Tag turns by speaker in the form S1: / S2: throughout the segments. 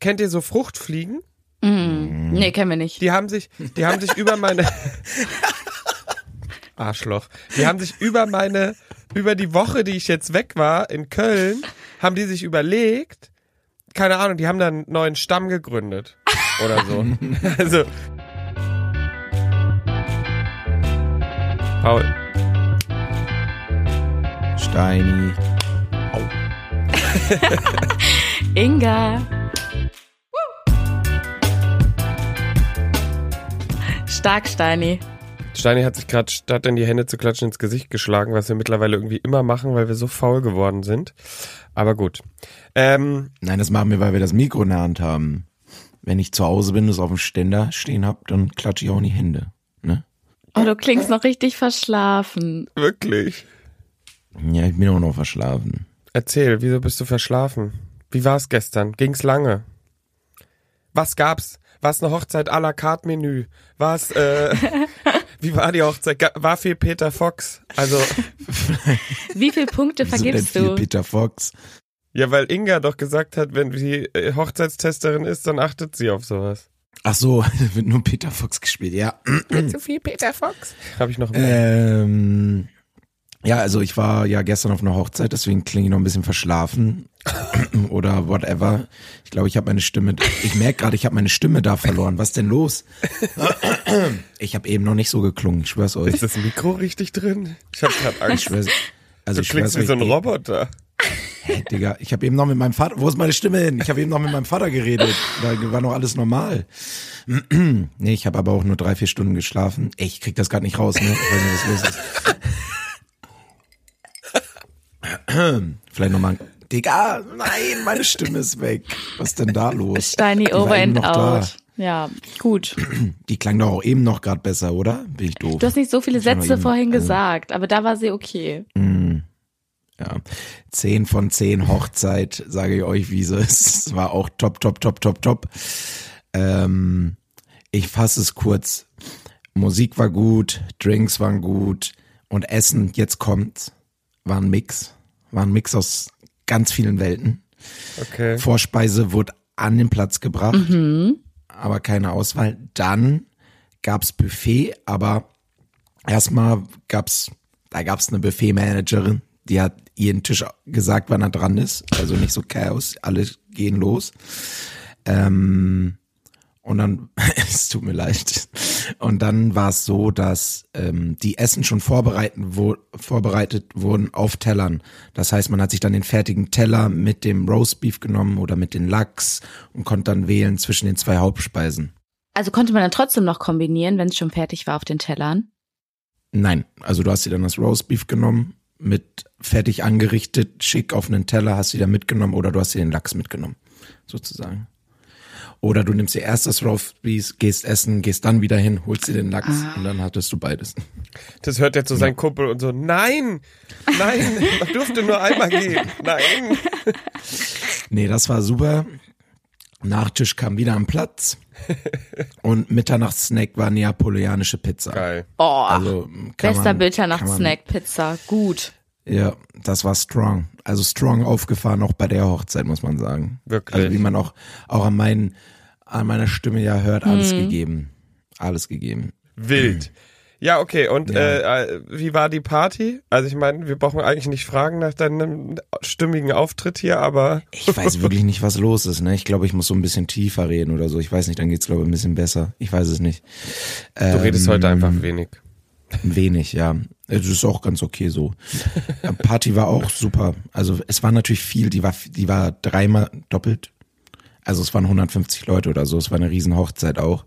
S1: kennt ihr so Fruchtfliegen?
S2: Mm.
S3: Mhm.
S2: Nee, kennen wir nicht.
S1: Die haben sich, die haben sich über meine Arschloch. Die haben sich über meine, über die Woche, die ich jetzt weg war in Köln, haben die sich überlegt, keine Ahnung, die haben dann einen neuen Stamm gegründet oder so. also Paul.
S3: Steini.
S2: Inga. Stark, Steini.
S1: Steini hat sich gerade statt in die Hände zu klatschen ins Gesicht geschlagen, was wir mittlerweile irgendwie immer machen, weil wir so faul geworden sind. Aber gut. Ähm,
S3: Nein, das machen wir, weil wir das Mikro in der Hand haben. Wenn ich zu Hause bin, das auf dem Ständer stehen hab, dann klatsche ich auch in die Hände. Ne?
S2: Oh, du klingst noch richtig verschlafen.
S1: wirklich.
S3: Ja, ich bin auch noch verschlafen.
S1: Erzähl, wieso bist du verschlafen? Wie war's gestern? Ging's lange? Was gab's? War's eine Hochzeit à la carte Menü? War's, äh, wie war die Hochzeit? Ga- War viel Peter Fox? Also,
S2: Wie viele Punkte
S3: Wieso denn
S2: vergibst
S3: viel
S2: du?
S3: Peter Fox?
S1: ja, weil Inga doch gesagt hat, wenn sie äh, Hochzeitstesterin ist, dann achtet sie auf sowas.
S3: Ach so, da wird nur Peter Fox gespielt, ja.
S1: Zu viel Peter Fox? Hab ich noch
S3: Äh,
S1: mehr.
S3: Ähm, ja, also ich war ja gestern auf einer Hochzeit, deswegen klinge ich noch ein bisschen verschlafen oder whatever. Ich glaube, ich habe meine Stimme, ich merke gerade, ich habe meine Stimme da verloren. Was denn los? Ich habe eben noch nicht so geklungen, ich schwör's euch.
S1: Ist das Mikro richtig drin? Ich hab grad
S3: Ich
S1: Angst.
S3: schwör's, also
S1: Du
S3: ich
S1: klingst
S3: schwör's
S1: wie
S3: euch,
S1: so ein
S3: ey,
S1: Roboter.
S3: Digga, ich habe eben noch mit meinem Vater, wo ist meine Stimme hin? Ich habe eben noch mit meinem Vater geredet, da war noch alles normal. nee, ich habe aber auch nur drei, vier Stunden geschlafen. Ey, ich krieg das gerade nicht raus, ne? Ich weiß nicht, was los ist. Vielleicht nochmal. Digga, nein, meine Stimme ist weg. Was denn da los?
S2: Steini
S3: Die war
S2: over
S3: eben
S2: and
S3: noch da.
S2: out. Ja, gut.
S3: Die klang doch auch eben noch gerade besser, oder? Bin ich doof.
S2: Du hast nicht so viele
S3: Ich hab noch
S2: Sätze
S3: eben-
S2: vorhin
S3: also-
S2: gesagt, aber da war sie okay.
S3: Ja. Zehn von zehn Hochzeit, sage ich euch, wie sie ist. Es war auch top, top, top, top, top. Ähm, ich fasse es kurz. Musik war gut, Drinks waren gut und Essen, jetzt kommt, war ein Mix. War ein Mix aus ganz vielen Welten.
S1: Okay.
S3: Vorspeise wurde an den Platz gebracht, aber keine Auswahl. Dann gab's Buffet, aber erstmal gab's, da gab's eine Buffet-Managerin, die hat ihren Tisch gesagt, wann er dran ist. Also nicht so Chaos, alle gehen los. Ähm, und dann, es tut mir leid. Und dann war es so, dass ähm, die Essen schon vorbereiten, wo, vorbereitet wurden auf Tellern. Das heißt, man hat sich dann den fertigen Teller mit dem Roastbeef genommen oder mit den Lachs und konnte dann wählen zwischen den zwei Hauptspeisen.
S2: Also konnte man dann trotzdem noch kombinieren, wenn es schon fertig war auf den Tellern.
S3: Nein, also du hast dir dann das Roastbeef genommen, mit fertig angerichtet, schick auf einen Teller, hast du dir mitgenommen oder du hast dir den Lachs mitgenommen, sozusagen. Oder du nimmst dir erst das Roastbeef, gehst essen, gehst dann wieder hin, holst dir den Lachs und dann hattest du beides.
S1: Das hört jetzt so sein Kumpel und so, nein, nein, man durfte nur einmal gehen. Nein.
S3: Nee, das war super. Nachtisch kam wieder am Platz und Mitternachtssnack war neapolitanische Pizza.
S1: Geil.
S2: Oh,
S3: Also, kann
S2: bester
S3: man- kann man-
S2: Mitternachtssnack, Pizza, gut.
S3: Ja, das war strong. Also strong aufgefahren, auch bei der Hochzeit, muss man sagen.
S1: Wirklich?
S3: Also wie man auch, auch an, meinen, an meiner Stimme ja hört, alles gegeben. Alles gegeben.
S1: Wild.
S3: Mhm.
S1: Ja, okay, und Äh, äh, wie war die Party? Also ich meine, wir brauchen eigentlich nicht fragen nach deinem stimmigen Auftritt hier, aber
S3: Ich weiß wirklich nicht, was los ist. Ne? Ich glaube, ich muss so ein bisschen tiefer reden oder so. Ich weiß nicht, dann geht's glaube ich, ein bisschen besser. Ich weiß es nicht. Ähm,
S1: du redest heute einfach wenig.
S3: Wenig, ja. Das ist auch ganz okay so. Party war auch super. Also es war natürlich viel, die war, die war dreimal doppelt. Also es waren 150 Leute oder so, es war eine riesen Hochzeit auch.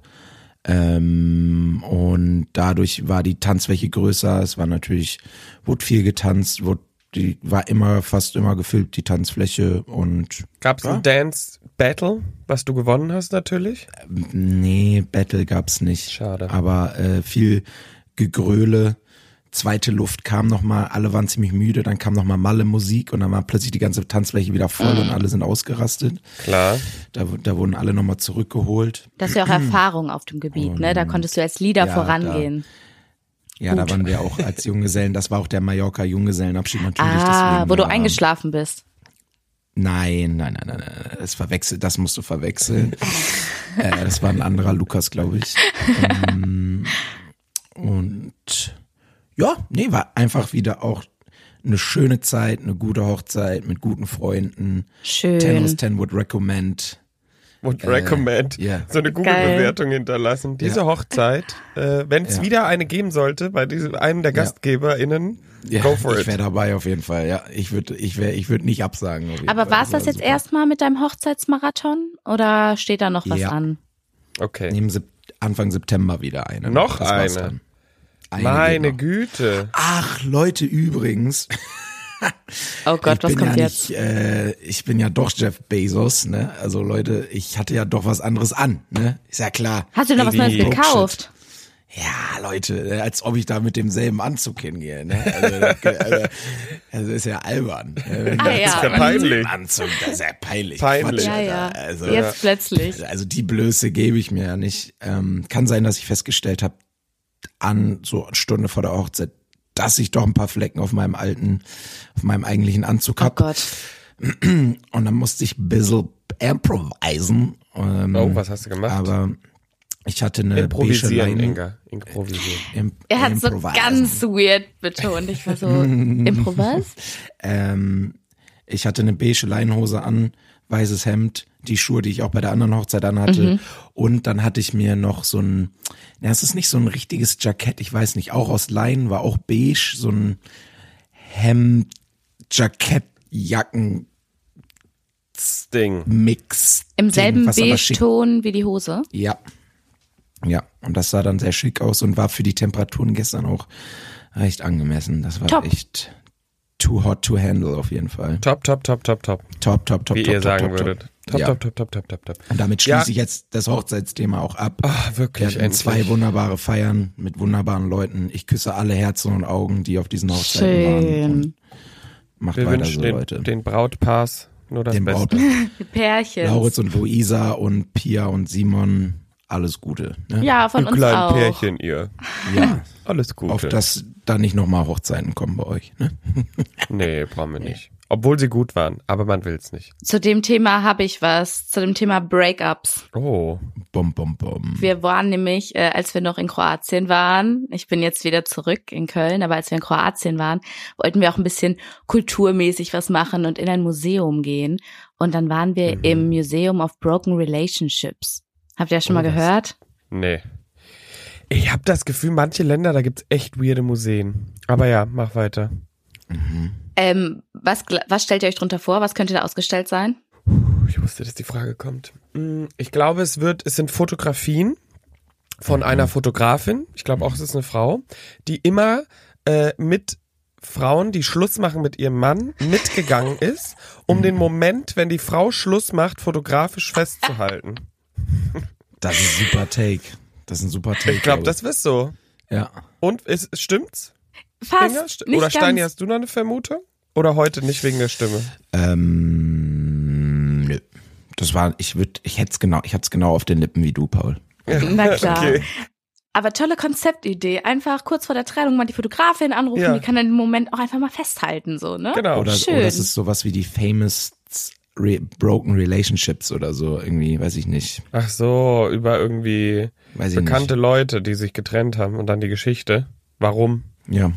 S3: Ähm, und dadurch war die Tanzfläche größer, es war natürlich, wurde viel getanzt, wurde, die war immer, fast immer gefüllt, die Tanzfläche und
S1: Gab es ein Dance Battle, was du gewonnen hast natürlich?
S3: Nee, Battle gab's nicht.
S1: Schade.
S3: Aber äh, viel Gegröle. Zweite Luft kam nochmal, alle waren ziemlich müde, dann kam nochmal Malle Musik und dann war plötzlich die ganze Tanzfläche wieder voll und alle sind ausgerastet.
S1: Klar.
S3: Da, wu- da wurden alle nochmal zurückgeholt.
S2: Das ist ja auch Erfahrung auf dem Gebiet, ne? Da konntest du als Leader
S3: Ja,
S2: vorangehen.
S3: Ja, da waren wir auch als Junggesellen, das war auch der Mallorca Junggesellenabschied natürlich.
S2: ah,
S3: deswegen
S2: wo du
S3: war-
S2: eingeschlafen bist.
S3: Nein, nein, nein, nein, nein. Das verwechselt, das musst du verwechseln. äh, das war ein anderer Lukas, glaube ich. Ähm, und ja, nee, war einfach wieder auch eine schöne Zeit, eine gute Hochzeit mit guten Freunden.
S2: Schön.
S3: 10 aus 10 would recommend.
S1: Would recommend.
S3: ja.
S1: So eine Google-Bewertung hinterlassen. Diese
S3: Ja.
S1: Hochzeit, äh, wenn es
S3: Ja.
S1: wieder eine geben sollte, bei diesem, einem der GastgeberInnen,
S3: Ja,
S1: go for
S3: ich wäre
S1: it.
S3: dabei auf jeden Fall. Ja, ich würde, ich wäre, ich würde nicht absagen. auf jeden
S2: Aber
S3: Fall. Also
S2: war es
S3: war
S2: das jetzt
S3: super.
S2: erstmal mit deinem Hochzeitsmarathon oder steht da noch was
S3: Ja.
S2: an?
S1: Okay.
S3: Nehmen Sep Anfang September wieder eine.
S1: Noch
S3: Das war's
S1: eine?
S3: dann. Eine
S1: Meine
S3: geht noch. Äh,
S1: Güte.
S3: Ach, Leute, übrigens.
S2: Oh Gott,
S3: ich
S2: was
S3: bin
S2: kommt
S3: ja
S2: jetzt?
S3: Nicht, äh, ich bin ja doch Jeff Bezos, ne? Also Leute, ich hatte ja doch was anderes an, ne? Ist ja klar.
S2: Hast du noch was
S1: Nee.
S2: Neues gekauft?
S3: Ja, Leute, ne? als ob ich da mit demselben Anzug hingehe, ne? Also, also, also ist ja albern. ne? Wenn
S2: Ah,
S3: da
S2: ja.
S3: zwei
S2: Ist ja
S3: mit
S1: peinlich.
S3: dem Anzug, das ist ja peinlich.
S1: Peinlich.
S2: Ja,
S3: Quatsch,
S2: ja.
S3: Alter. Also,
S2: jetzt plötzlich.
S3: also die Blöße gebe ich mir ja nicht. Ähm, kann sein, dass ich festgestellt habe, an so eine Stunde vor der Hochzeit, dass ich doch ein paar Flecken auf meinem alten, auf meinem eigentlichen Anzug
S2: Oh
S3: habe.
S2: Gott.
S3: Und dann musste ich ein bisschen improvisen. Ähm,
S1: Oh, was hast du gemacht?
S3: Aber ich hatte eine beige
S1: Improvisieren,
S3: Leine.
S1: Inga. Improvisieren.
S3: Im-
S2: Er hat so
S3: improvisen.
S2: ganz weird betont. Ich war so, Improvers?
S3: Ähm, ich hatte eine beige Leinenhose an, weißes Hemd, die Schuhe, die ich auch bei der anderen Hochzeit anhatte.
S2: Mhm.
S3: Und dann hatte ich mir noch so ein, na, es ist nicht so ein richtiges Jackett, ich weiß nicht, auch aus Leinen, war auch beige, so ein Hemd, Jackett, Jacken,
S1: Ding.
S3: Mix.
S2: Im
S3: Ding,
S2: selben
S3: was aber schick
S2: Beige-Ton wie die Hose?
S3: Ja. Ja, und das sah dann sehr schick aus und war für die Temperaturen gestern auch recht angemessen. Das war
S2: Top.
S3: echt too hot to handle auf jeden Fall.
S1: Top, top, top, top, top.
S3: Top, top, top,
S1: Wie
S3: top,
S1: ihr
S3: top,
S1: sagen
S3: top,
S1: würdet.
S3: Top,
S1: Top,
S3: ja.
S1: top, top, top, top, top, top.
S3: Und damit schließe
S1: Ja.
S3: ich jetzt das Hochzeitsthema auch ab.
S1: Ah,
S3: Wir
S1: wirklich,
S3: hatten zwei
S1: endlich.
S3: wunderbare Feiern mit wunderbaren Leuten. Ich küsse alle Herzen und Augen, die auf diesen Hochzeiten waren. Und
S2: Schön.
S3: macht
S1: Wir
S3: weiter so,
S1: wünschen
S3: Leute.
S1: den, den Brautpaars nur das
S3: Dem
S1: Beste.
S3: Braut-
S2: Pärchen.
S3: Lauritz und Luisa und Pia und Simon, alles Gute. Ne?
S2: Ja, von
S1: Ihr
S2: uns
S1: kleinen
S2: auch.
S1: Pärchen, ihr.
S3: ja.
S1: Alles Gute.
S3: Auf dass da nicht nochmal Hochzeiten kommen bei euch. Ne?
S1: Nee, brauchen wir nicht. Obwohl sie gut waren, aber man will's nicht.
S2: Zu dem Thema habe ich was. Zu dem Thema Breakups.
S1: Oh,
S3: Bom, bom, bom.
S2: Wir waren nämlich, äh, als wir noch in Kroatien waren, ich bin jetzt wieder zurück in Köln, aber als wir in Kroatien waren, wollten wir auch ein bisschen kulturmäßig was machen und in ein Museum gehen. Und dann waren wir
S1: Mhm.
S2: im Museum of Broken Relationships. Habt ihr das
S1: Oh,
S2: schon mal gehört?
S1: nee. Ich habe das Gefühl, manche Länder, da gibt's echt weirde Museen. Aber ja, mach weiter.
S2: Ähm, was, gl- was stellt ihr euch drunter vor? Was könnte da ausgestellt sein?
S1: Ich wusste, dass die Frage kommt. Mm, Ich glaube, es wird, es sind Fotografien von einer Fotografin. Ich glaube auch, es ist eine Frau, die immer äh, mit Frauen, die Schluss machen mit ihrem Mann, mitgegangen ist, um den Moment, wenn die Frau Schluss macht, fotografisch festzuhalten.
S3: Das ist ein super Take. Das ist ein super Take.
S1: Ich glaube, das ist so.
S3: Ja.
S1: Und ist, stimmt's?
S2: Fast.
S1: Inga? St-
S2: nicht
S1: Oder Steini,
S2: ganz.
S1: hast du noch eine Vermutung? Oder heute nicht wegen der Stimme?
S3: Ähm, nö. Das war, ich würde, ich hätte es genau, ich hab's genau auf den Lippen wie du, Paul.
S2: Na klar.
S1: Okay.
S2: Aber tolle Konzeptidee. Einfach kurz vor der Trennung mal die Fotografin anrufen,
S1: Ja.
S2: die kann dann den Moment auch einfach mal festhalten, so, ne?
S1: Genau.
S3: Oder,
S2: Schön.
S3: oder es ist sowas wie die famous re broken relationships oder so irgendwie, weiß ich nicht.
S1: Ach so, über irgendwie
S3: Weiß ich
S1: bekannte Leute, die sich getrennt haben und dann die Geschichte. Warum?
S3: nicht. Ja.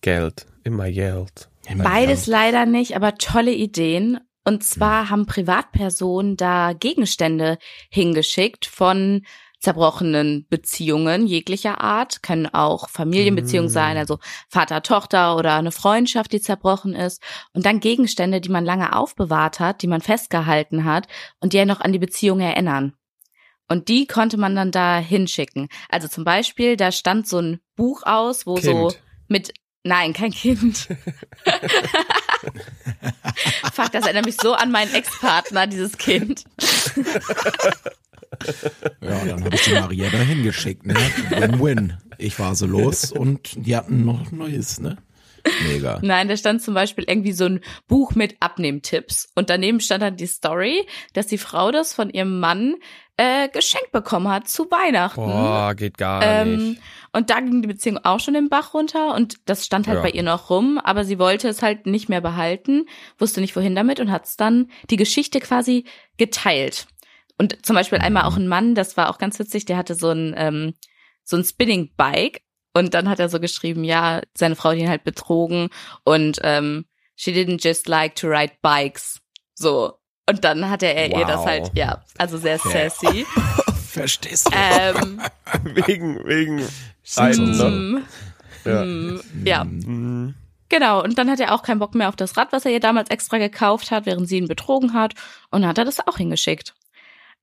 S1: Geld. Immer Geld.
S2: Beides leider nicht, aber tolle Ideen. Und zwar haben Privatpersonen da Gegenstände hingeschickt von zerbrochenen Beziehungen jeglicher Art, können auch Familienbeziehungen sein, also Vater, Tochter oder eine Freundschaft, die zerbrochen ist. Und dann Gegenstände, die man lange aufbewahrt hat, die man festgehalten hat und die ja noch an die Beziehung erinnern. Und die konnte man dann da hinschicken. Also zum Beispiel, da stand so ein Buch aus, wo so
S1: Kind.
S2: mit, nein, kein Kind. Fuck, das erinnert mich so an meinen Ex-Partner, dieses Kind.
S3: Ja, dann habe ich die Maria dahin geschickt, ne? Win-win. Ich war so los und die hatten noch Neues, ne? Mega.
S2: Nein, da stand zum Beispiel irgendwie so ein Buch mit Abnehmtipps. Und daneben stand dann die Story, dass die Frau das von ihrem Mann äh, geschenkt bekommen hat zu Weihnachten.
S1: Boah, geht gar
S2: Ähm,
S1: nicht.
S2: Und da ging die Beziehung auch schon den Bach runter und das stand halt
S3: Ja.
S2: bei ihr noch rum, aber sie wollte es halt nicht mehr behalten, wusste nicht wohin damit und hat es dann die Geschichte quasi geteilt. Und zum Beispiel einmal auch ein Mann, das war auch ganz witzig, der hatte so ein, ähm, so ein Spinning-Bike und dann hat er so geschrieben, ja, seine Frau hat ihn halt betrogen und ähm, she didn't just like to ride bikes. So. Und dann hatte er ihr das
S1: Wow.
S2: halt, ja, also sehr sassy.
S3: Verstehst du?
S2: ähm,
S1: Wegen, wegen.
S3: Simpsons,
S1: ne?
S2: mm,
S1: Ja.
S2: mm, ja,
S1: Mhm.
S2: genau. Und dann hat er auch keinen Bock mehr auf das Rad, was er ihr damals extra gekauft hat, während sie ihn betrogen hat. Und dann hat er das auch hingeschickt.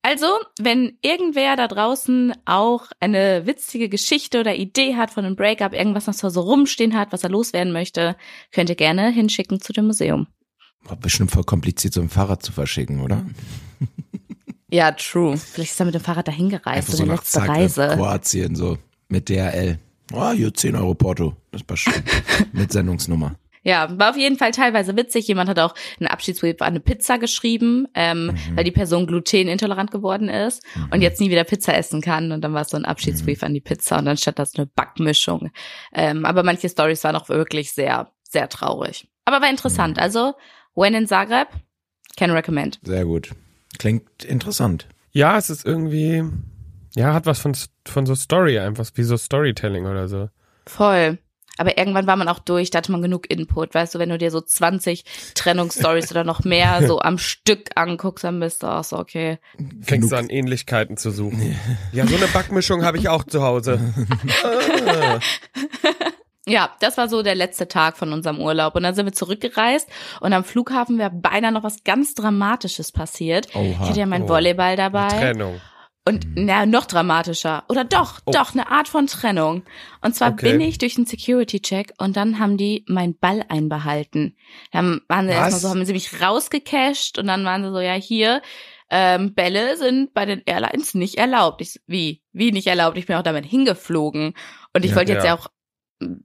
S2: Also, wenn irgendwer da draußen auch eine witzige Geschichte oder Idee hat von einem Breakup, irgendwas, was da so rumstehen hat, was er loswerden möchte, könnt ihr gerne hinschicken zu dem Museum.
S3: War bestimmt voll kompliziert, so ein Fahrrad zu verschicken, oder?
S2: Ja, true. Vielleicht ist er mit dem Fahrrad dahin gereist,
S3: Einfach
S2: so
S3: so
S2: eine
S3: nach
S2: letzte
S3: Zagreb,
S2: Reise.
S3: Kroatien, so mit DHL. Ah, hier 10 Euro Porto. Das passt schon. mit Sendungsnummer.
S2: Ja, war auf jeden Fall teilweise witzig. Jemand hat auch einen Abschiedsbrief an eine Pizza geschrieben, ähm, weil die Person glutenintolerant geworden ist
S3: Mhm.
S2: und jetzt nie wieder Pizza essen kann. Und dann war es so ein Abschiedsbrief an die Pizza und dann stand da so eine Backmischung. Ähm, aber manche Stories waren auch wirklich sehr, sehr traurig. Aber war interessant. Also, When in Zagreb, can recommend.
S3: Sehr gut. Klingt interessant.
S1: Ja, es ist irgendwie, ja, hat was von, von so Story einfach, wie so Storytelling oder so.
S2: Voll. Aber irgendwann war man auch durch, da hatte man genug Input. Weißt du, wenn du dir so 20 Trennungsstories oder noch mehr so am Stück anguckst, dann bist du auch so, okay.
S1: Fängst
S3: Genug.
S1: du an, Ähnlichkeiten zu suchen. Ja, so eine Backmischung habe ich auch zu Hause.
S2: Ja, das war so der letzte Tag von unserem Urlaub. Und dann sind wir zurückgereist und am Flughafen wäre beinahe noch was ganz Dramatisches passiert.
S3: Oha.
S2: ich hatte ja meinen
S1: Oh.
S2: Volleyball
S1: Eine
S2: dabei.
S1: Trennung.
S2: Und na, noch dramatischer. Oder doch,
S1: Oh.
S2: doch, eine Art von Trennung. Und zwar
S1: Okay.
S2: bin ich durch einen Security-Check und dann haben die meinen Ball einbehalten. Dann waren sie
S1: Was?
S2: erstmal so, haben sie mich rausgecasht und dann waren sie so, ja, hier, ähm, Bälle sind bei den Airlines nicht erlaubt. Ich, so, wie? Wie nicht erlaubt? Ich bin auch damit hingeflogen. Und ich
S3: Ja,
S2: wollte jetzt
S1: ja.
S2: ja auch,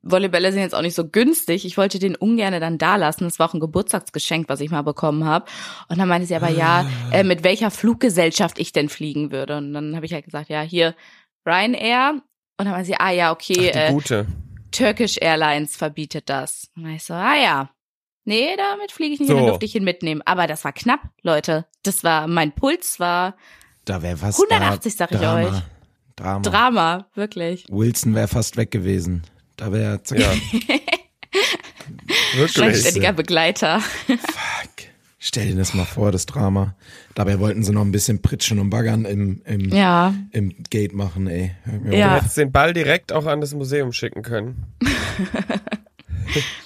S2: Volleybälle sind jetzt auch nicht so günstig. Ich wollte den ungerne dann da lassen. Das war auch ein Geburtstagsgeschenk, was ich mal bekommen habe. Und dann meinte sie aber, ja,
S1: Ah.
S2: äh, mit welcher Fluggesellschaft ich denn fliegen würde. Und dann habe ich halt gesagt, ja, hier Ryanair. Und dann meinte sie, ah ja, okay,
S1: Die
S2: äh,
S1: gute.
S2: Turkish Airlines verbietet das. Und dann ich so, ah ja. Nee, damit fliege ich nicht, dann
S1: So.
S2: durfte ich ihn mitnehmen. Aber das war knapp, Leute. Das war, mein Puls war
S3: Da wäre was.
S2: 180,
S3: da,
S2: sag ich
S3: Drama.
S2: euch.
S3: Drama.
S2: Drama, wirklich.
S3: Wilson wäre fast weg gewesen. Da wäre er.
S1: Ja. Wirklich.
S3: Schlecht.
S2: Ständiger Begleiter.
S3: Fuck. Stell dir das mal vor, das Drama. Dabei wollten sie noch ein bisschen pritschen und baggern im, im,
S2: Ja,
S3: im Gate machen, ey. Hör mir
S2: Ja.
S1: Du
S3: auf.
S1: hättest den Ball direkt auch an das Museum schicken können.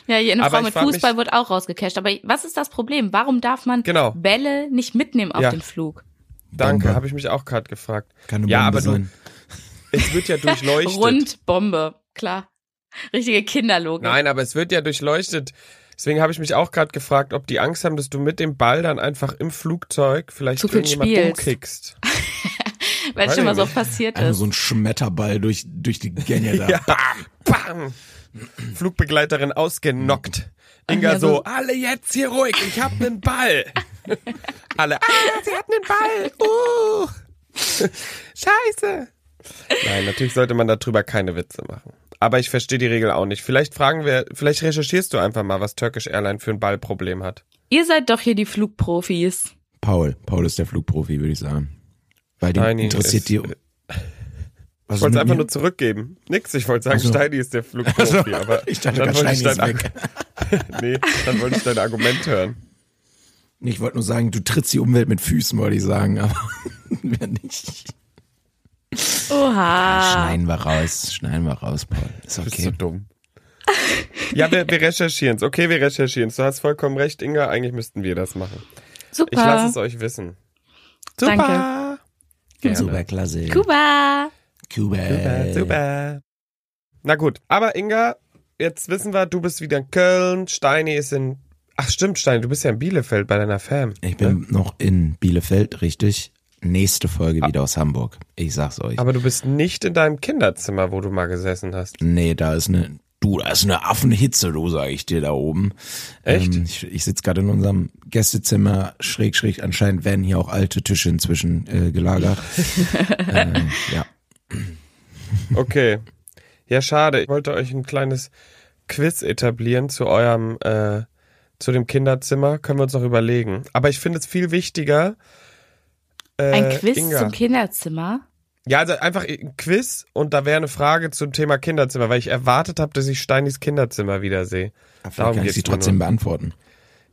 S2: Ja, jede
S1: Aber
S2: Frau
S1: ich
S2: mit
S1: frag mich-
S2: Fußball wird auch rausgecasht. Aber was ist das Problem? Warum darf man
S1: Genau.
S2: Bälle nicht mitnehmen auf
S1: Ja.
S2: den Flug?
S1: Danke,
S3: Bombe.
S1: habe ich mich auch gerade gefragt.
S3: Kann eine
S1: ja,
S3: Bombe
S1: aber
S3: sein.
S1: du, es wird ja durchleuchtet.
S2: Rund, Bombe, klar. Richtige Kinderlogik.
S1: Nein, aber es wird ja durchleuchtet. Deswegen habe ich mich auch gerade gefragt, ob die Angst haben, dass du mit dem Ball dann einfach im Flugzeug vielleicht
S2: Zu viel
S1: irgendjemanden
S2: spielst.
S1: umkickst.
S2: weil es
S1: weiß
S2: schon
S1: ich
S2: mal so
S1: nicht.
S2: passiert
S3: Einfach
S2: ist.
S3: Also so ein Schmetterball durch, durch die Gänge da.
S1: Ja. Bam! Flugbegleiterin ausgenockt. Inga
S2: ja,
S1: so,
S2: so-
S1: alle jetzt hier ruhig, ich hab nen Ball. alle, ah, sie hat nen Ball. Uh. Scheiße. Nein, natürlich sollte man darüber keine Witze machen. Aber ich verstehe die Regel auch nicht. Vielleicht fragen wir, vielleicht recherchierst du einfach mal, was Turkish Airline für ein Ballproblem hat.
S2: Ihr seid doch hier die Flugprofis.
S3: Paul. Paul ist der Flugprofi, würde ich sagen. Weil den
S1: Nein, nee, es-
S3: interessiert die. Was
S1: Ich wollte es
S3: ist Also mit
S1: einfach
S3: mir?
S1: nur zurückgeben. Nix, ich wollte sagen,
S3: Ach so.
S1: Steini ist der Flugprofi, aber
S3: Ich dachte,
S1: dann
S3: gerade
S1: wollte ich
S3: Steini ist
S1: dein,
S3: weg.
S1: nee, dann wollte ich dein Argument hören.
S3: Ich wollte nur sagen, du trittst die Umwelt mit Füßen, wollte ich sagen, aber wenn nicht.
S2: Oha.
S3: Schneiden wir raus, schneiden wir raus, Paul. Ist
S1: Bist du
S3: okay.
S1: dumm. Ja, wir, wir recherchieren es. Okay, wir recherchieren es. Du hast vollkommen recht, Inga. Eigentlich müssten wir das machen. Ich lasse
S2: Super.
S1: es euch wissen.
S2: Danke.
S1: Gerne.
S3: Super klasse.
S2: Kuba.
S3: Kuba.
S1: Super, super. Na gut, aber Inga, jetzt wissen wir, du bist wieder in Köln. Steini ist in. Ach stimmt, Steini, du bist ja in Bielefeld bei deiner Fam.
S3: Ich bin noch in Bielefeld, richtig? Nächste Folge
S1: Ah.
S3: wieder aus Hamburg. Ich sag's euch.
S1: Aber du bist nicht in deinem Kinderzimmer, wo du mal gesessen hast.
S3: Nee, da ist eine. Du, da ist eine Affenhitze, du, sag ich dir da oben.
S1: Echt?
S3: Ähm, ich ich sitze gerade in unserem Gästezimmer, schräg, schräg. Anscheinend werden hier auch alte Tische Äh, inzwischen äh, gelagert. ähm, ja.
S1: Okay. Ja, schade. Ich wollte euch ein kleines Quiz etablieren zu eurem, äh, zu dem Kinderzimmer. Können wir uns noch überlegen. Aber ich finde es viel wichtiger. äh,
S2: Ein Quiz
S1: Inga.
S2: zum Kinderzimmer?
S1: Ja, also einfach ein Quiz und da wäre eine Frage zum Thema Kinderzimmer, weil ich erwartet habe, dass ich Steinis Kinderzimmer wiedersehe.
S3: Vielleicht kann ich
S1: geht's
S3: sie
S1: mir nur.
S3: trotzdem beantworten.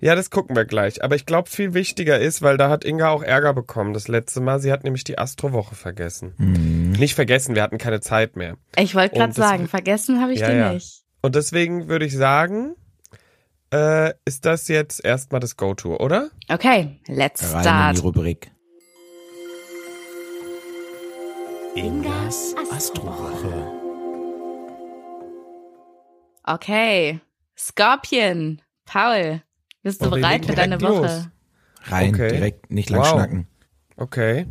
S1: Ja, das gucken wir gleich. Aber ich glaube, viel wichtiger ist, weil da hat Inga auch Ärger bekommen das letzte Mal. Sie hat nämlich die Astrowoche vergessen. Nicht vergessen, wir hatten keine Zeit mehr.
S2: Ich wollte gerade
S1: Und das-
S2: sagen, vergessen habe ich
S1: Ja,
S2: die
S1: ja.
S2: nicht.
S1: Und deswegen würde ich sagen, äh, ist das jetzt erstmal das Go-To, oder?
S2: Okay, let's
S3: Rein in
S2: start.
S3: die Rubrik.
S4: Ingas Astrowoche.
S2: Okay. Scorpion, Paul, bist du
S1: Und wir
S2: bereit
S1: legen
S2: für deine
S1: direkt los.
S2: Woche?
S3: Rein,
S1: Okay.
S3: direkt, nicht lang
S1: Wow.
S3: schnacken.
S1: Okay.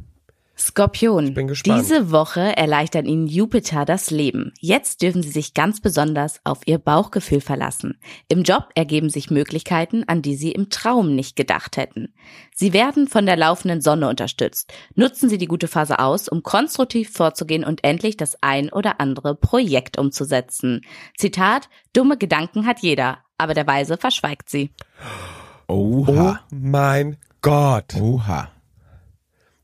S2: Skorpion,
S1: bin gespannt.
S2: diese Woche erleichtert Ihnen Jupiter das Leben. Jetzt dürfen Sie sich ganz besonders auf Ihr Bauchgefühl verlassen. Im Job ergeben sich Möglichkeiten, an die Sie im Traum nicht gedacht hätten. Sie werden von der laufenden Sonne unterstützt. Nutzen Sie die gute Phase aus, um konstruktiv vorzugehen und endlich das ein oder andere Projekt umzusetzen. Zitat, dumme Gedanken hat jeder, aber der Weise verschweigt sie.
S1: Oh
S3: Oha.
S1: mein Gott.
S3: Oha.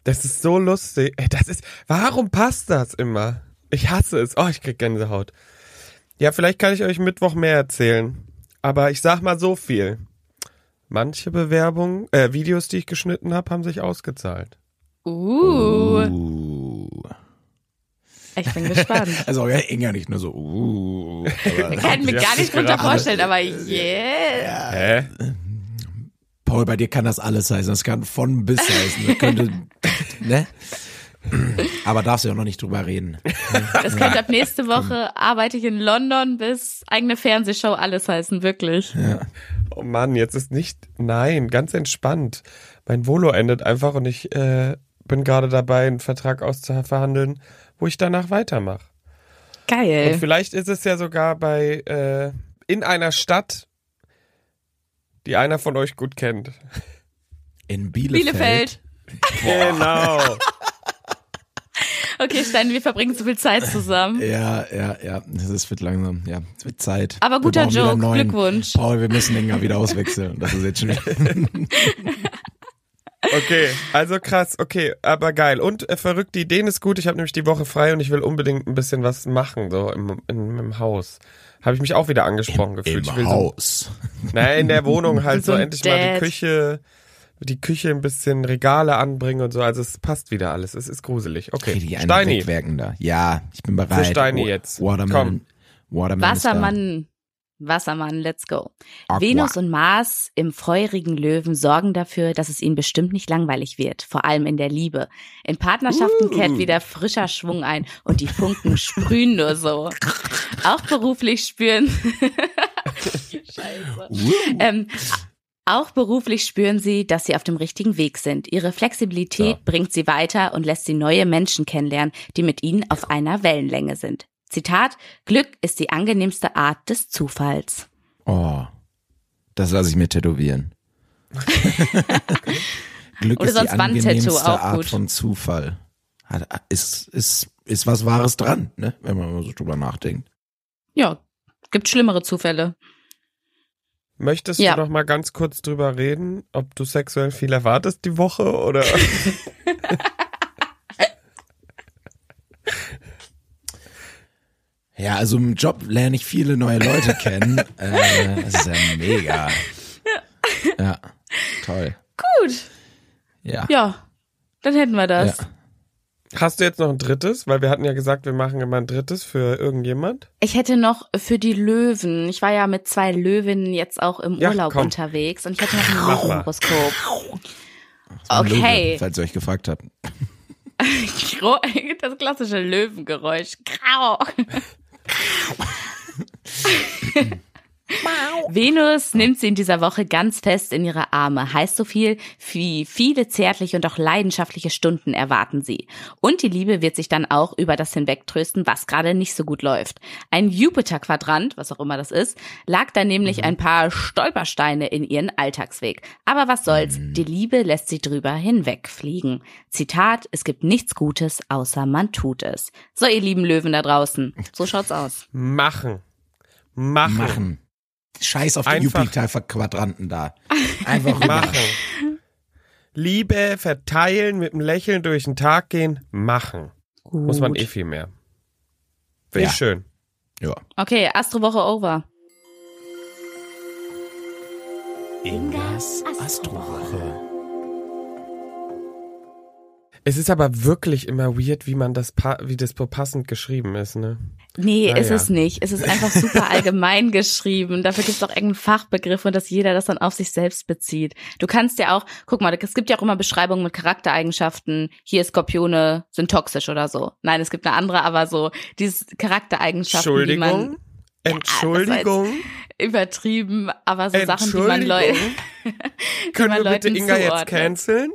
S1: Das ist so lustig. Ey, das ist. Warum passt das immer? Ich hasse es. Oh, ich krieg Gänsehaut. Ja, vielleicht kann ich euch Mittwoch mehr erzählen. Aber ich sag mal so viel. Manche Bewerbungen, äh, Videos, die ich geschnitten habe, haben sich ausgezahlt. Oh.
S2: Uh,
S3: Uh.
S2: ich bin gespannt.
S3: Also ja, Inga nicht nur so. Uh, aber,
S2: Kann mir
S1: Ja,
S2: gar nicht drunter
S1: gerade.
S2: vorstellen, aber yeah.
S1: Hä?
S3: Paul, bei dir kann das alles heißen. Das kann von bis heißen. Das könnte, ne? Aber darfst du ja noch nicht drüber reden.
S2: Das könnte ab nächste Woche arbeite ich in London bis eigene Fernsehshow alles heißen, wirklich.
S1: Oh Mann, jetzt ist nicht. Nein, ganz entspannt. Mein Volo endet einfach und ich äh, bin gerade dabei, einen Vertrag auszuverhandeln, wo ich danach weitermache. Und
S2: Geil.
S1: vielleicht ist es ja sogar bei äh, in einer Stadt, die einer von euch gut kennt.
S3: In Bielefeld.
S2: Bielefeld.
S1: Genau.
S2: Okay, Stein, wir verbringen so viel Zeit zusammen.
S3: Ja, ja, ja. Es wird langsam. Ja, es wird Zeit.
S2: Aber
S3: Wir
S2: guter
S3: brauchen wieder
S2: Joke.
S3: einen neuen.
S2: Glückwunsch.
S3: Paul, wir müssen Inga wieder auswechseln. Das ist jetzt schon wieder.
S1: Okay, also krass, okay, aber geil. Und äh, verrückte Ideen ist gut. Ich habe nämlich die Woche frei und ich will unbedingt ein bisschen was machen, so im, im, im Haus. Habe ich mich auch wieder angesprochen gefühlt. ich will so-
S3: Haus.
S1: Naja, in der Wohnung halt
S2: So
S1: so,
S2: ein
S1: endlich mal
S2: Dad.
S1: die Küche, die Küche ein bisschen Regale anbringen und so. Also es passt wieder alles. Es ist gruselig. Okay.
S3: Die einen
S1: Steini.
S3: wegwerken da. Ja, ich bin bereit.
S1: Für Steini
S3: Wa-
S1: jetzt.
S3: Waterman. Waterman ist da.
S2: Wassermann. Wassermann, let's go.
S3: Aqua.
S2: Venus und Mars im feurigen Löwen sorgen dafür, dass es ihnen bestimmt nicht langweilig wird, vor allem in der Liebe. In Partnerschaften
S3: Uh.
S2: kehrt wieder frischer Schwung ein und die Funken sprühen nur so. Auch beruflich spüren. Scheiße. Ähm, auch beruflich spüren sie, dass sie auf dem richtigen Weg sind. Ihre Flexibilität bringt sie weiter und lässt sie neue Menschen kennenlernen, die mit ihnen auf einer Wellenlänge sind. Zitat, Glück ist die angenehmste Art des Zufalls.
S3: Oh, das lasse ich mir tätowieren. Glück
S2: Oder
S3: ist die
S2: sonst Wandtattoo,
S3: angenehmste
S2: auch
S3: Art
S2: gut.
S3: von Zufall. Hat- Ist, ist, ist was Wahres dran, ne? wenn man mal so drüber nachdenkt.
S2: Ja, gibt schlimmere Zufälle.
S1: Möchtest
S2: Ja.
S1: du noch mal ganz kurz drüber reden, ob du sexuell viel erwartest die Woche oder?
S3: Ja, also im Job lerne ich viele neue Leute kennen. äh, das ist ja mega. Ja, toll.
S2: Gut,
S3: Ja.
S2: ja, dann hätten wir das.
S3: Ja.
S1: Hast du jetzt noch ein drittes? Weil wir hatten ja gesagt, wir machen immer ein drittes für irgendjemand.
S2: Ich hätte noch für die Löwen, ich war ja mit zwei Löwinnen jetzt auch im
S1: Ja,
S2: Urlaub
S1: komm.
S2: unterwegs und ich hätte noch
S1: mal.
S2: ein Löwenhoroskop.
S3: Ein Löwe,
S2: Okay.
S3: falls ihr euch gefragt habt.
S2: Gro- Das klassische Löwengeräusch. Grau. Venus nimmt sie in dieser Woche ganz fest in ihre Arme. Heißt so viel wie viele zärtliche und auch leidenschaftliche Stunden erwarten sie. Und die Liebe wird sich dann auch über das hinwegtrösten, was gerade nicht so gut läuft. Ein Jupiter-Quadrant, was auch immer das ist, lag da
S1: Mhm.
S2: nämlich ein paar Stolpersteine in ihren Alltagsweg. Aber was soll's,
S1: Mhm.
S2: die Liebe lässt sie drüber hinwegfliegen. Zitat, es gibt nichts Gutes, außer man tut es. So, ihr lieben Löwen da draußen, so schaut's aus.
S1: Machen. Machen.
S3: Machen. Scheiß auf den
S1: Einfach.
S3: Jupiter-Quadranten da. Einfach rüber.
S1: Machen. Liebe verteilen, mit einem Lächeln durch den Tag gehen, machen. Muss man eh viel mehr. Finde
S3: Ja.
S1: ich schön.
S3: Ja.
S2: Okay, Astrowoche over.
S3: Ingas Astrowoche.
S1: Es ist aber wirklich immer weird, wie man das, pa wie das so passend geschrieben ist, ne?
S2: Nee,
S1: Na
S2: ist
S1: ja.
S2: es nicht. Es ist einfach super allgemein geschrieben. Dafür gibt es auch irgendeinen Fachbegriff und dass jeder das dann auf sich selbst bezieht. Du kannst ja auch, guck mal, es gibt ja auch immer Beschreibungen mit Charaktereigenschaften. Hier Skorpione sind toxisch oder so. Nein, es gibt eine andere, aber so diese Charaktereigenschaften, die man
S1: Entschuldigung. Entschuldigung.
S2: übertrieben, aber so Sachen, die man
S1: Entschuldigung.
S2: Leute,
S1: Können
S2: man
S1: wir bitte
S2: Leuten
S1: Inga jetzt
S2: zuordnet.
S1: canceln?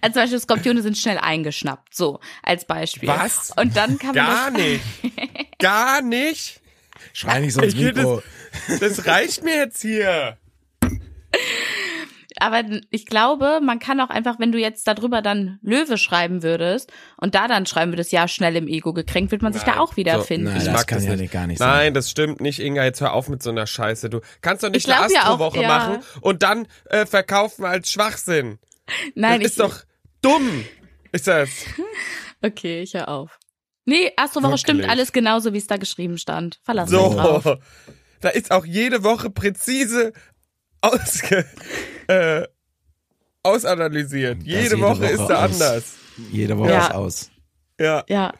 S2: also zum Beispiel Skorpione sind schnell eingeschnappt, so als Beispiel.
S1: Was?
S2: Und dann kann man
S1: Gar
S2: das,
S1: nicht. Gar nicht.
S3: Schrei nicht so ins
S1: Ich will das-
S3: Mikro.
S1: Das reicht mir jetzt hier.
S2: Aber ich glaube, man kann auch einfach, wenn du jetzt darüber dann Löwe schreiben würdest und da dann schreiben würdest, ja, schnell im Ego gekränkt, wird man sich
S1: Nein.
S2: da auch wiederfinden.
S3: So, nein.
S2: finden.
S3: das kann ja nicht- gar nicht sein.
S1: Nein, das stimmt nicht, Inga. Jetzt hör auf mit so einer Scheiße. Du kannst doch nicht
S2: Ich
S1: eine
S2: glaub ja auch,
S1: Astrowoche
S2: ja.
S1: machen und dann äh, verkaufen als Schwachsinn.
S2: nein,
S1: das
S2: ich,
S1: ist doch dumm. Ist das?
S2: Okay, ich hör auf. Nee, Astrowoche
S1: Wirklich?
S2: stimmt alles genauso, wie es da geschrieben stand. Verlass
S1: So.
S2: mich drauf.
S1: Da ist auch jede Woche präzise ausge, äh, ausanalysiert. Jede,
S3: jede
S1: Woche,
S3: Woche
S1: ist da
S3: aus.
S1: anders.
S3: Jede Woche
S2: Ja.
S3: ist aus.
S1: Ja.
S2: Ja,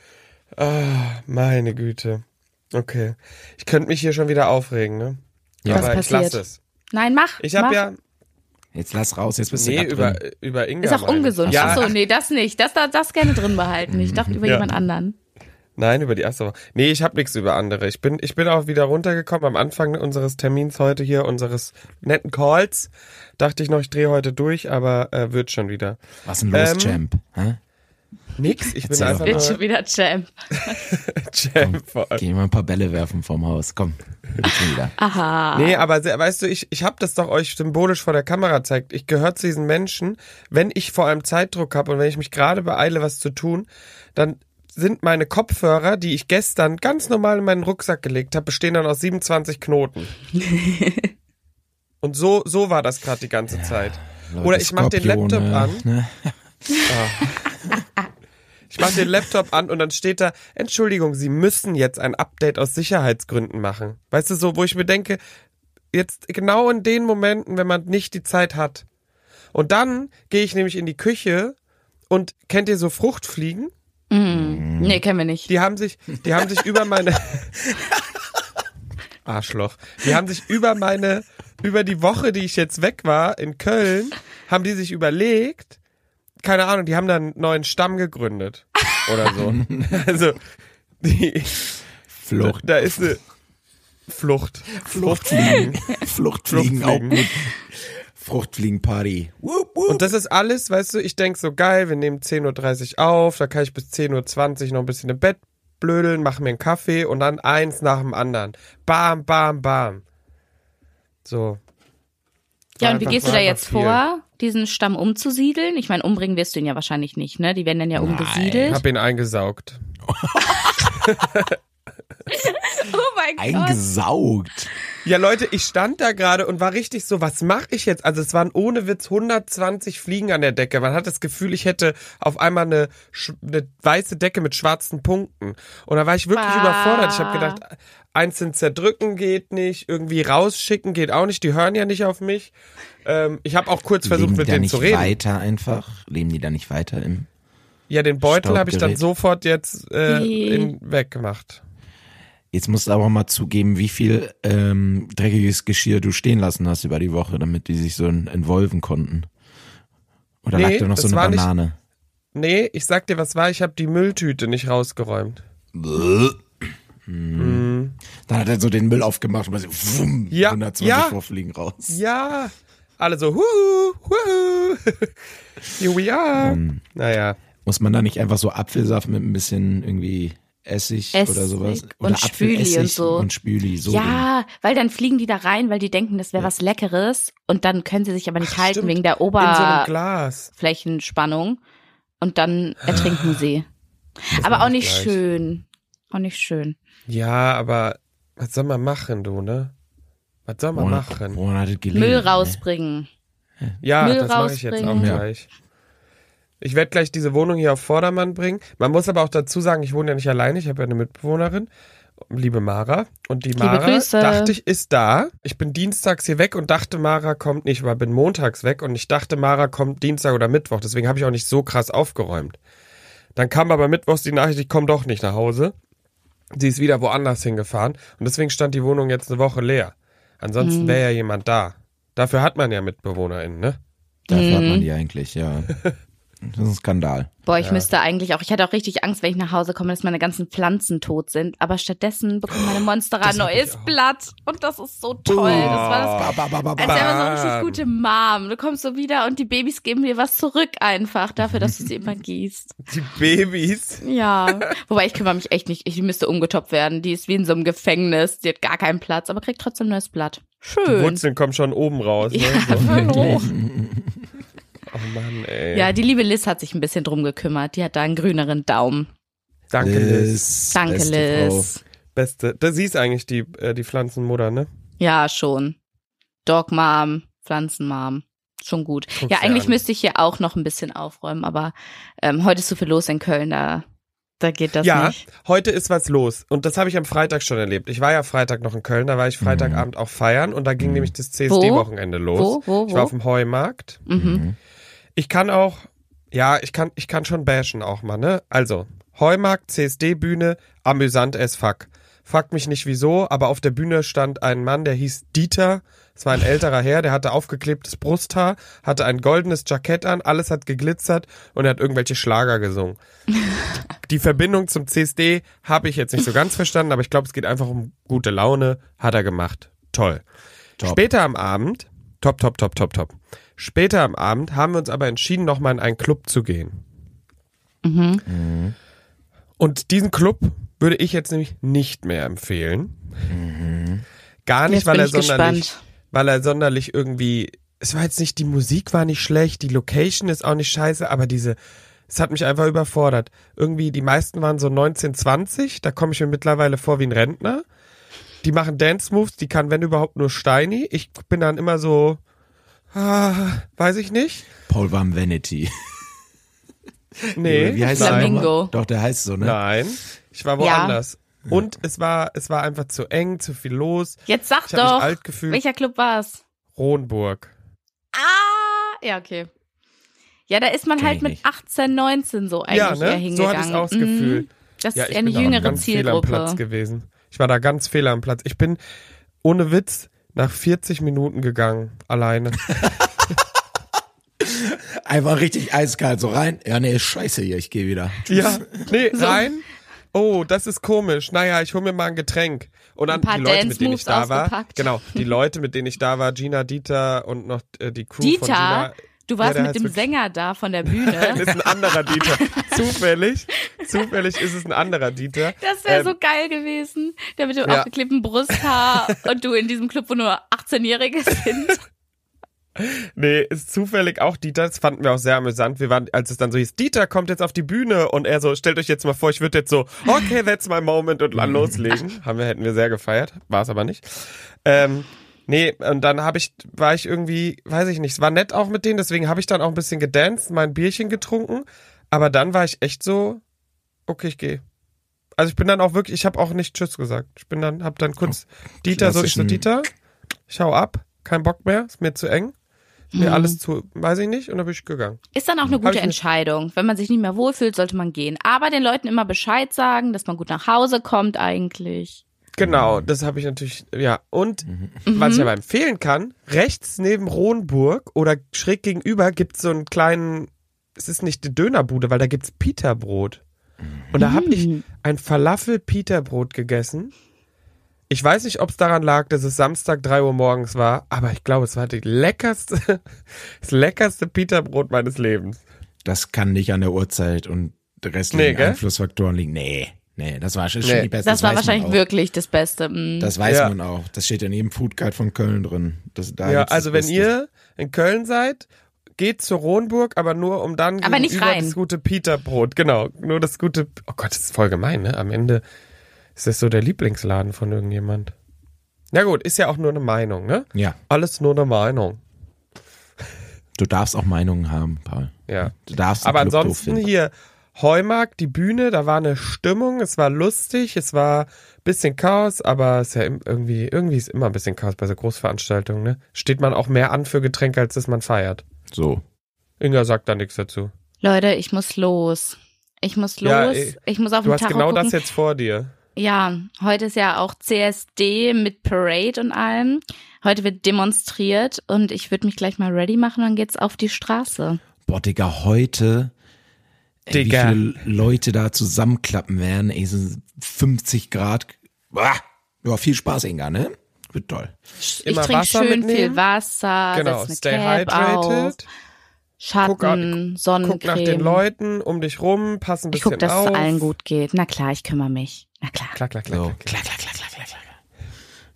S1: Ah, meine Güte. Okay. Ich könnte mich hier schon wieder aufregen, ne?
S3: Ja.
S1: Aber
S2: Was
S1: ich lass
S2: passiert?
S1: es.
S2: nein, mach.
S1: Ich
S2: mach.
S1: habe ja.
S3: Jetzt lass raus, jetzt bist du
S1: Nee,
S3: grad
S1: über,
S3: drin.
S1: über Inga.
S2: Ist auch
S1: meine ich.
S2: ungesund.
S1: Ja,
S2: Ach so, nee, das nicht. Das, das, das gerne drin behalten. Ich dachte über
S1: Ja.
S2: jemand anderen.
S1: Nein, über die erste Woche. Nee, ich habe nichts über andere. Ich bin, ich bin auch wieder runtergekommen am Anfang unseres Termins heute hier, unseres netten Calls. Dachte ich noch, ich drehe heute durch, aber äh, wird schon wieder.
S3: Was denn los,
S1: Ähm,
S3: Champ? Hä?
S1: Nix, ich bin
S3: Erzähl
S1: einfach
S3: doch.
S1: nur
S2: Wird schon wieder Champ.
S1: Champ. vor allem.
S3: Geh mal ein paar Bälle werfen vom Haus. Komm, geht schon wieder.
S2: Aha.
S1: Nee, aber se- weißt du, ich, ich habe das doch euch symbolisch vor der Kamera gezeigt. Ich gehöre zu diesen Menschen, wenn ich vor allem Zeitdruck habe und wenn ich mich gerade beeile, was zu tun, dann sind meine Kopfhörer, die ich gestern ganz normal in meinen Rucksack gelegt habe, bestehen dann aus 27 Knoten. und so, so war das gerade die ganze Zeit.
S3: Leute,
S1: Oder ich mach den
S3: Skorpione,
S1: Laptop an.
S3: Ne?
S1: Ich mache den Laptop an und dann steht da, Entschuldigung, Sie müssen jetzt ein Update aus Sicherheitsgründen machen. Weißt du, so, wo ich mir denke, jetzt genau in den Momenten, wenn man nicht die Zeit hat. Und dann gehe ich nämlich in die Küche und kennt ihr so Fruchtfliegen? Mhm.
S2: Nee, kennen wir nicht.
S1: Die haben sich, die haben sich über meine Arschloch. Die haben sich über meine, über die Woche, die ich jetzt weg war in Köln, haben die sich überlegt, keine Ahnung, die haben dann einen neuen Stamm gegründet oder so. Also die,
S3: Flucht.
S1: da ist eine Flucht.
S3: Fluchtfliegen. Fluchtfliegen auch
S1: Fluchtfliegen.
S3: gut. Fruchtfliegenparty. Wup, wup.
S1: Und das ist alles, weißt du, ich denk so geil, wir nehmen 10.30 Uhr auf, da kann ich bis 10.20 Uhr noch ein bisschen im Bett blödeln, mach mir einen Kaffee und dann eins nach dem anderen. Bam, bam, bam. So.
S2: Ja,
S1: War
S2: und wie
S1: einfach-
S2: gehst du
S1: war
S2: da
S1: einfach
S2: jetzt
S1: viel.
S2: vor, diesen Stamm umzusiedeln? Ich meine, umbringen wirst du ihn ja wahrscheinlich nicht, ne? Die werden dann ja umgesiedelt.
S1: Ich hab ihn eingesaugt.
S2: Oh mein
S3: Eingesaugt.
S1: Ja, Leute, ich stand da gerade und war richtig so, was mache ich jetzt? Also es waren ohne Witz 120 Fliegen an der Decke. Man hat das Gefühl, ich hätte auf einmal eine, sch- eine weiße Decke mit schwarzen Punkten. Und da war ich wirklich
S2: Ah.
S1: überfordert. Ich habe gedacht, einzeln zerdrücken geht nicht, irgendwie rausschicken geht auch nicht. Die hören ja nicht auf mich. Ähm, ich habe auch kurz versucht,
S3: Leben die
S1: mit
S3: da
S1: denen
S3: nicht
S1: zu reden.
S3: weiter einfach? Leben die da nicht weiter im?
S1: Ja, den Beutel habe ich dann
S3: Staubgerät.
S1: sofort jetzt äh,
S2: Ih.
S1: in, weggemacht.
S3: Jetzt musst du aber mal zugeben, wie viel ähm, dreckiges Geschirr du stehen lassen hast über die Woche, damit die sich so in- involven konnten. Oder
S1: Nee,
S3: lag da noch so
S1: das
S3: eine
S1: war nicht-
S3: Banane?
S1: Nee, ich sag dir, was war, ich habe die Mülltüte nicht rausgeräumt.
S3: Dann hat er so den Müll aufgemacht und war so, wumm,
S1: Ja,
S3: 120
S1: ja.
S3: Vorfliegen raus.
S1: Ja, alle so, huhu, huhu, here we are.
S3: Ähm.
S1: Naja,
S3: Muss man da nicht einfach so Apfelsaft mit ein bisschen irgendwie Essig,
S2: Essig
S3: oder sowas?
S2: und
S3: Oder
S2: Spüli
S3: Apfelessig
S2: und so.
S3: Und Spüli, so.
S2: ja, weil dann fliegen die da rein, weil die denken, das wäre was Leckeres und dann können sie sich aber nicht halten
S1: stimmt.
S2: wegen der
S1: in so einem Glas.
S2: Oberflächenspannung und dann ertrinken sie. aber auch nicht
S1: gleich.
S2: schön. Auch nicht schön.
S1: Ja, aber was soll man machen, du, ne? Was soll man
S3: Woran,
S1: machen?
S3: woran hat es gelegen?
S2: Müll
S3: ne?
S2: rausbringen.
S1: Ja,
S2: Müll
S1: das mache ich jetzt auch
S2: rausbringen.
S3: Ja.
S1: gleich. Ich werde gleich diese Wohnung hier auf Vordermann bringen. Man muss aber auch dazu sagen, ich wohne ja nicht alleine, ich habe ja eine Mitbewohnerin, liebe Mara. Und die Mara,
S2: Grüße.
S1: dachte ich, ist da. Ich bin dienstags hier weg und dachte, Mara kommt nicht, aber bin montags weg und ich dachte, Mara kommt Dienstag oder Mittwoch. Deswegen habe ich auch nicht so krass aufgeräumt. Dann kam aber mittwochs die Nachricht, ich komme doch nicht nach Hause. Sie ist wieder woanders hingefahren und deswegen stand die Wohnung jetzt eine Woche leer.
S2: Mhm.
S1: Ansonsten wäre ja jemand da. Dafür hat man ja MitbewohnerInnen, ne?
S3: Dafür hat man die eigentlich, ja. Das ist ein Skandal.
S2: Boah, ich müsste eigentlich auch, ich hatte auch richtig Angst, wenn ich nach Hause komme, dass meine ganzen Pflanzen tot sind. Aber stattdessen bekommt
S1: Oh,
S2: meine Monstera ein neues Blatt. Und das ist so toll. Das war das
S1: Ah.
S3: Ba, ba, ba, ba,
S2: Als
S3: ba.
S2: wäre man so
S1: Bam.
S2: richtig gute Mom. Du kommst so wieder und die Babys geben dir was zurück einfach dafür, dass du sie immer gießt.
S1: Die Babys.
S2: Ja. Wobei ich kümmere mich echt nicht. Ich müsste umgetopft werden. Die ist wie in so einem Gefängnis. Die hat gar keinen Platz, aber kriegt trotzdem ein neues Blatt. Schön.
S1: Wurzeln kommen schon oben raus. Ne?
S2: Ja,
S1: So.
S2: voll hoch.
S1: Oh Mann, ey.
S2: Ja, die liebe Liz hat sich ein bisschen drum gekümmert. Die hat da einen grüneren Daumen.
S1: Danke, Liz.
S2: Danke,
S3: beste Frau.
S2: Liz.
S1: Beste. Da siehst eigentlich die, äh, die Pflanzenmutter, ne?
S2: Ja, schon. Dog Mom, Pflanzen Mom. Schon gut.
S1: Guck's
S2: ja,
S1: dir
S2: eigentlich
S1: an.
S2: müsste ich hier auch noch ein bisschen aufräumen, aber ähm, heute ist so viel los in Köln, da, da geht das
S1: ja,
S2: nicht.
S1: heute ist was los. Und das habe ich am Freitag schon erlebt. Ich war ja Freitag noch in Köln, da war ich Freitagabend auch feiern und da ging nämlich das CSD-Wochenende los.
S2: Mhm. Wo? Wo?
S1: Ich
S2: Wo?
S1: war auf dem Hm. Heumarkt.
S2: Mhm.
S1: Ich kann auch, ja, ich kann, ich kann schon bashen auch mal, ne? Also, Heumarkt, CSD-Bühne, amüsant as fuck. Fragt mich nicht wieso, aber auf der Bühne stand ein Mann, der hieß Dieter. Es war ein älterer Herr, der hatte aufgeklebtes Brusthaar, hatte ein goldenes Jackett an, alles hat geglitzert und er hat irgendwelche Schlager gesungen. Die Verbindung zum CSD habe ich jetzt nicht so ganz verstanden, aber ich glaube, es geht einfach um gute Laune. Hat er gemacht. Toll.
S3: Top.
S1: Später am Abend, top, top, top, top, top. Später am Abend haben wir uns aber entschieden, nochmal in einen Club zu gehen. Und diesen Club würde ich jetzt nämlich nicht mehr empfehlen. Gar nicht,
S2: Jetzt
S1: weil
S2: bin
S1: er
S2: ich
S1: sonderlich,
S2: gespannt.
S1: weil er sonderlich irgendwie, es war jetzt nicht, die Musik war nicht schlecht, die Location ist auch nicht scheiße, aber diese, es hat mich einfach überfordert. Irgendwie, die meisten waren so 19, 20, da komme ich mir mittlerweile vor wie ein Rentner. Die machen Dance-Moves, die kann, wenn überhaupt, nur Steini. Ich bin dann immer so, ah, weiß ich nicht.
S3: Paul Van Vanity.
S1: Nee,
S3: Wie heißt
S1: nein.
S3: der
S2: Flamingo.
S3: nochmal? Doch, der heißt so, ne?
S1: Nein, ich war
S2: Ja.
S1: woanders. Und es war, es war einfach zu eng, zu viel los.
S2: Jetzt sag
S1: Ich hab mich
S2: doch,
S1: alt gefühlt.
S2: welcher Club war's?
S1: Ronburg.
S2: Ah, ja, okay. Ja, da ist man
S3: Kenn
S2: halt
S3: ich
S2: mit
S3: nicht.
S2: 18, 19 so eigentlich
S1: Ja,
S2: eher
S1: ne? So
S2: hingegangen.
S1: hatte ich auch das Gefühl.
S2: Mhm. Das
S1: Ja,
S2: ist
S1: ich
S2: eher eine
S1: bin da
S2: jüngere
S1: ganz fehl am Platz
S2: Zielgruppe.
S1: gewesen. Ich war da ganz fehl am Platz. Ich bin ohne Witz nach 40 Minuten gegangen, alleine.
S3: Einfach richtig eiskalt so rein. Ja, nee, ist scheiße hier, ich gehe wieder.
S1: ja, nee, rein. Oh, das ist komisch. Naja, ich hole mir mal ein Getränk. Und dann
S2: Ein paar
S1: die Leute, mit
S2: Dance
S1: denen
S2: Moves
S1: ich da war.
S2: ausgepackt.
S1: Genau, die Leute, mit denen ich da war, Gina, Dieter und noch äh, die Crew von Gina.
S2: Dieter, du warst
S1: Ja, der
S2: mit
S1: heißt
S2: dem
S1: wirklich-
S2: Sänger da von der
S1: Nein,
S2: Bühne.
S1: ist ein anderer Dieter. Zufällig, zufällig ist es ein anderer Dieter.
S2: Das wäre
S1: Ähm,
S2: so geil gewesen. Der mit dem
S1: ja.
S2: abgeklebten Brusthaar und du in diesem Club, wo nur 18-Jährige sind.
S1: Nee, ist zufällig auch Dieter. Das fanden wir auch sehr amüsant. Wir waren, als es dann so hieß, Dieter kommt jetzt auf die Bühne und er so, stellt euch jetzt mal vor, ich würde jetzt so, okay, that's my moment und dann loslegen. Haben wir, hätten wir sehr gefeiert. War es aber nicht. Ähm, nee, und dann habe ich, war ich irgendwie, weiß ich nicht, es war nett auch mit denen, deswegen habe ich dann auch ein bisschen gedanced, mein Bierchen getrunken. Aber dann war ich echt so, okay, ich gehe. Also ich bin dann auch wirklich, ich habe auch nicht Tschüss gesagt. Ich bin dann, habe dann kurz Dieter so, ich so,
S3: klassischen-
S1: Dieter, ich hau ab, kein Bock mehr, ist mir zu eng. Ist Mir alles zu, weiß ich nicht, und dann bin ich gegangen.
S2: Ist dann auch eine
S1: ich
S2: gute
S1: mir-
S2: Entscheidung. Wenn man sich nicht mehr wohlfühlt, sollte man gehen. Aber den Leuten immer Bescheid sagen, dass man gut nach Hause kommt eigentlich.
S1: Genau, das habe ich natürlich, ja. Und was ich aber empfehlen kann, rechts neben Ronburg oder schräg gegenüber gibt's so einen kleinen, es ist nicht die Dönerbude, weil da gibt's Pita-Brot. Und da habe ich ein Falafel-Pita-Brot gegessen. Ich weiß nicht, ob es daran lag, dass es Samstag 3 Uhr morgens war, aber ich glaube, es war die leckerste, das leckerste Pita-Brot meines Lebens.
S3: Das kann nicht an der Uhrzeit und restlichen
S1: Nee, gell?
S3: Einflussfaktoren liegen. Nee, nee, das war schon
S1: Nee.
S3: die beste.
S2: Das, war
S3: weiß man
S2: wahrscheinlich
S3: auch.
S2: wirklich das Beste. mm.
S3: Das weiß
S1: Ja.
S3: man auch. Das steht in jedem Food Guide von Köln drin. Das, da
S1: Ja,
S3: gibt's das
S1: also wenn
S3: Beste.
S1: ihr in Köln seid, geht zur Ronburg, aber nur um dann
S2: Aber nicht
S1: gegenüber
S2: rein.
S1: das gute Peterbrot. Genau, nur das gute. Oh Gott, das ist voll gemein, ne? Am Ende ist das so der Lieblingsladen von irgendjemand. Na gut, ist ja auch nur eine Meinung, ne?
S3: Ja,
S1: Alles nur eine Meinung.
S3: du darfst auch Meinungen haben, Paul.
S1: Ja.
S3: Du darfst den
S1: Aber
S3: Club doof
S1: ansonsten
S3: finden.
S1: hier Heumarkt, die Bühne, da war eine Stimmung, es war lustig, es war ein bisschen Chaos, aber es ist ja im- irgendwie, irgendwie ist immer ein bisschen Chaos bei so Großveranstaltungen, ne? Steht man auch mehr an für Getränke, als dass man feiert.
S3: So.
S1: Inga sagt da nichts dazu.
S2: Leute, ich muss los. Ich muss los.
S1: Ja, ey,
S2: ich muss auf
S1: Du
S2: den
S1: hast
S2: Tacho
S1: genau
S2: gucken.
S1: das jetzt vor dir.
S2: Ja, heute ist ja auch CSD mit Parade und allem. Heute wird demonstriert und ich würde mich gleich mal ready machen, dann geht's auf die Straße.
S3: Boah, Digga, heute, ey, wie
S1: Digga.
S3: viele Leute da zusammenklappen werden, ey, so 50 Grad. Bah, ja, viel Spaß, Inga, ne? Wird toll.
S1: Immer
S2: ich trinke
S1: Wasser
S2: schön
S1: mitnehmen.
S2: viel Wasser,
S1: Genau,
S2: setz
S1: stay
S2: Ah, eine Cap auf,
S1: hydrated, guck, au-
S2: Schatten, Sonnencreme.
S1: guck nach den Leuten um dich rum, pass ein
S2: ich
S1: bisschen
S2: guck, dass
S1: auf.
S2: es allen gut geht. Na klar, ich kümmere mich. Na klar.
S1: Klar, klar, klar.
S3: So.
S1: klar.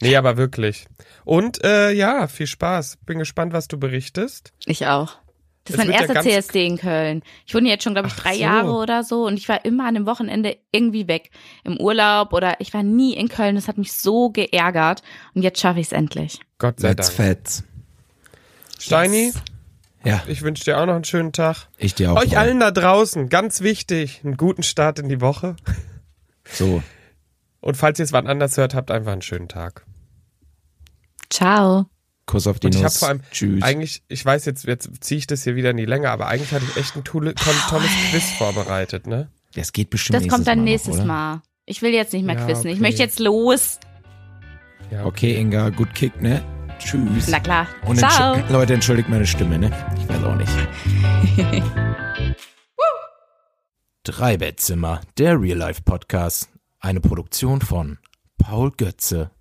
S1: Nee, aber wirklich. Und äh, ja, viel Spaß. Bin gespannt, was du berichtest.
S2: Ich auch. Das ist
S1: Es
S2: mein
S1: wird ja
S2: erster
S1: ganz-
S2: CSD in Köln. Ich wohne jetzt schon, glaube ich,
S1: Ach
S2: drei
S1: so.
S2: Jahre oder so und ich war immer an dem Wochenende irgendwie weg. Im Urlaub oder ich war nie in Köln. Das hat mich so geärgert und jetzt schaffe ich es endlich.
S1: Gott sei
S3: Let's
S1: Dank.
S3: fetz.
S1: Steini,
S3: Ja,
S1: ich wünsche dir auch noch einen schönen Tag.
S3: ich dir auch.
S1: Euch
S3: Paul.
S1: allen da draußen, ganz wichtig, einen guten Start in die Woche.
S3: So.
S1: Und falls ihr es wann anders hört, habt einfach einen schönen Tag.
S2: Ciao.
S3: Kuss auf die
S1: Und ich habe
S3: Nuss.
S1: vor allem
S3: Tschüss.
S1: eigentlich, ich weiß jetzt, jetzt ziehe ich das hier wieder in die Länge, aber eigentlich hatte ich echt ein tolle-
S3: Oh,
S1: kon- tolles Quiz vorbereitet, ne?
S3: Das geht bestimmt
S2: Das
S3: nächstes
S2: kommt dann
S3: Mal noch,
S2: nächstes
S3: oder?
S2: Mal. Ich will jetzt nicht mehr
S1: Ja,
S2: quizzen. Ich
S1: okay.
S2: möchte jetzt los.
S1: Ja,
S3: Okay, Inga, gut Kick, ne? Tschüss.
S2: Na klar.
S3: Und
S2: Ciao.
S3: entschu- Leute, entschuldigt meine Stimme, ne? Ich weiß auch nicht. Drei Bettzimmer, der Real Life Podcast. Eine Produktion von Paul Götze